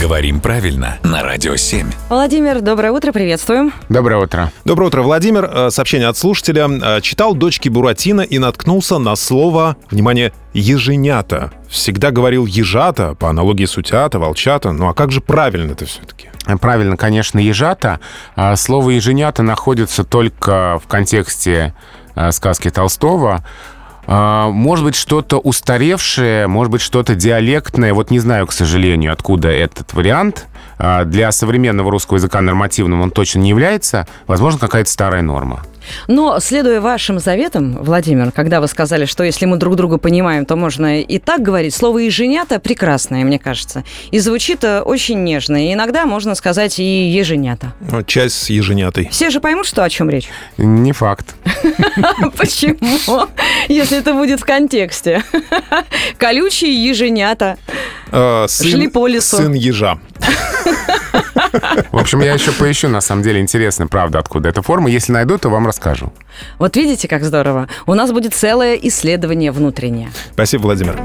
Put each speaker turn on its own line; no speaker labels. Говорим правильно на Радио 7.
Владимир, доброе утро, приветствуем.
Доброе утро.
Доброе утро, Владимир. Э, Сообщение от слушателя. Э, Читал дочки Буратино и наткнулся на слово, внимание, еженята. Всегда говорил ежата, по аналогии с утята, волчата. Ну а как же правильно это все-таки?
Правильно, конечно, ежата. А Слово еженята находится только в контексте э, сказки Толстого. А, Может быть, что-то устаревшее, может быть, что-то диалектное. Вот не знаю, к сожалению, откуда этот вариант. А, Для современного русского языка нормативным он точно не является. Возможно, какая-то старая норма.
Но, следуя вашим заветам, Владимир, когда вы сказали, что если мы друг друга понимаем, то можно и так говорить, слово «еженята» прекрасное, мне кажется, и звучит э, очень нежно, и иногда можно сказать и «еженята».
Ну, Часть с еженятой.
Все же поймут, что о чем речь.
Не факт.
Почему? Если это будет в контексте. Колючие еженята.
Э, сын-
Шли по лесу.
Сын ежа.
В общем, я еще поищу, на самом деле, интересно, правда, откуда эта форма. Если найду, то вам расскажу.
Вот видите, как здорово. У нас будет целое исследование внутреннее.
Спасибо, Владимир.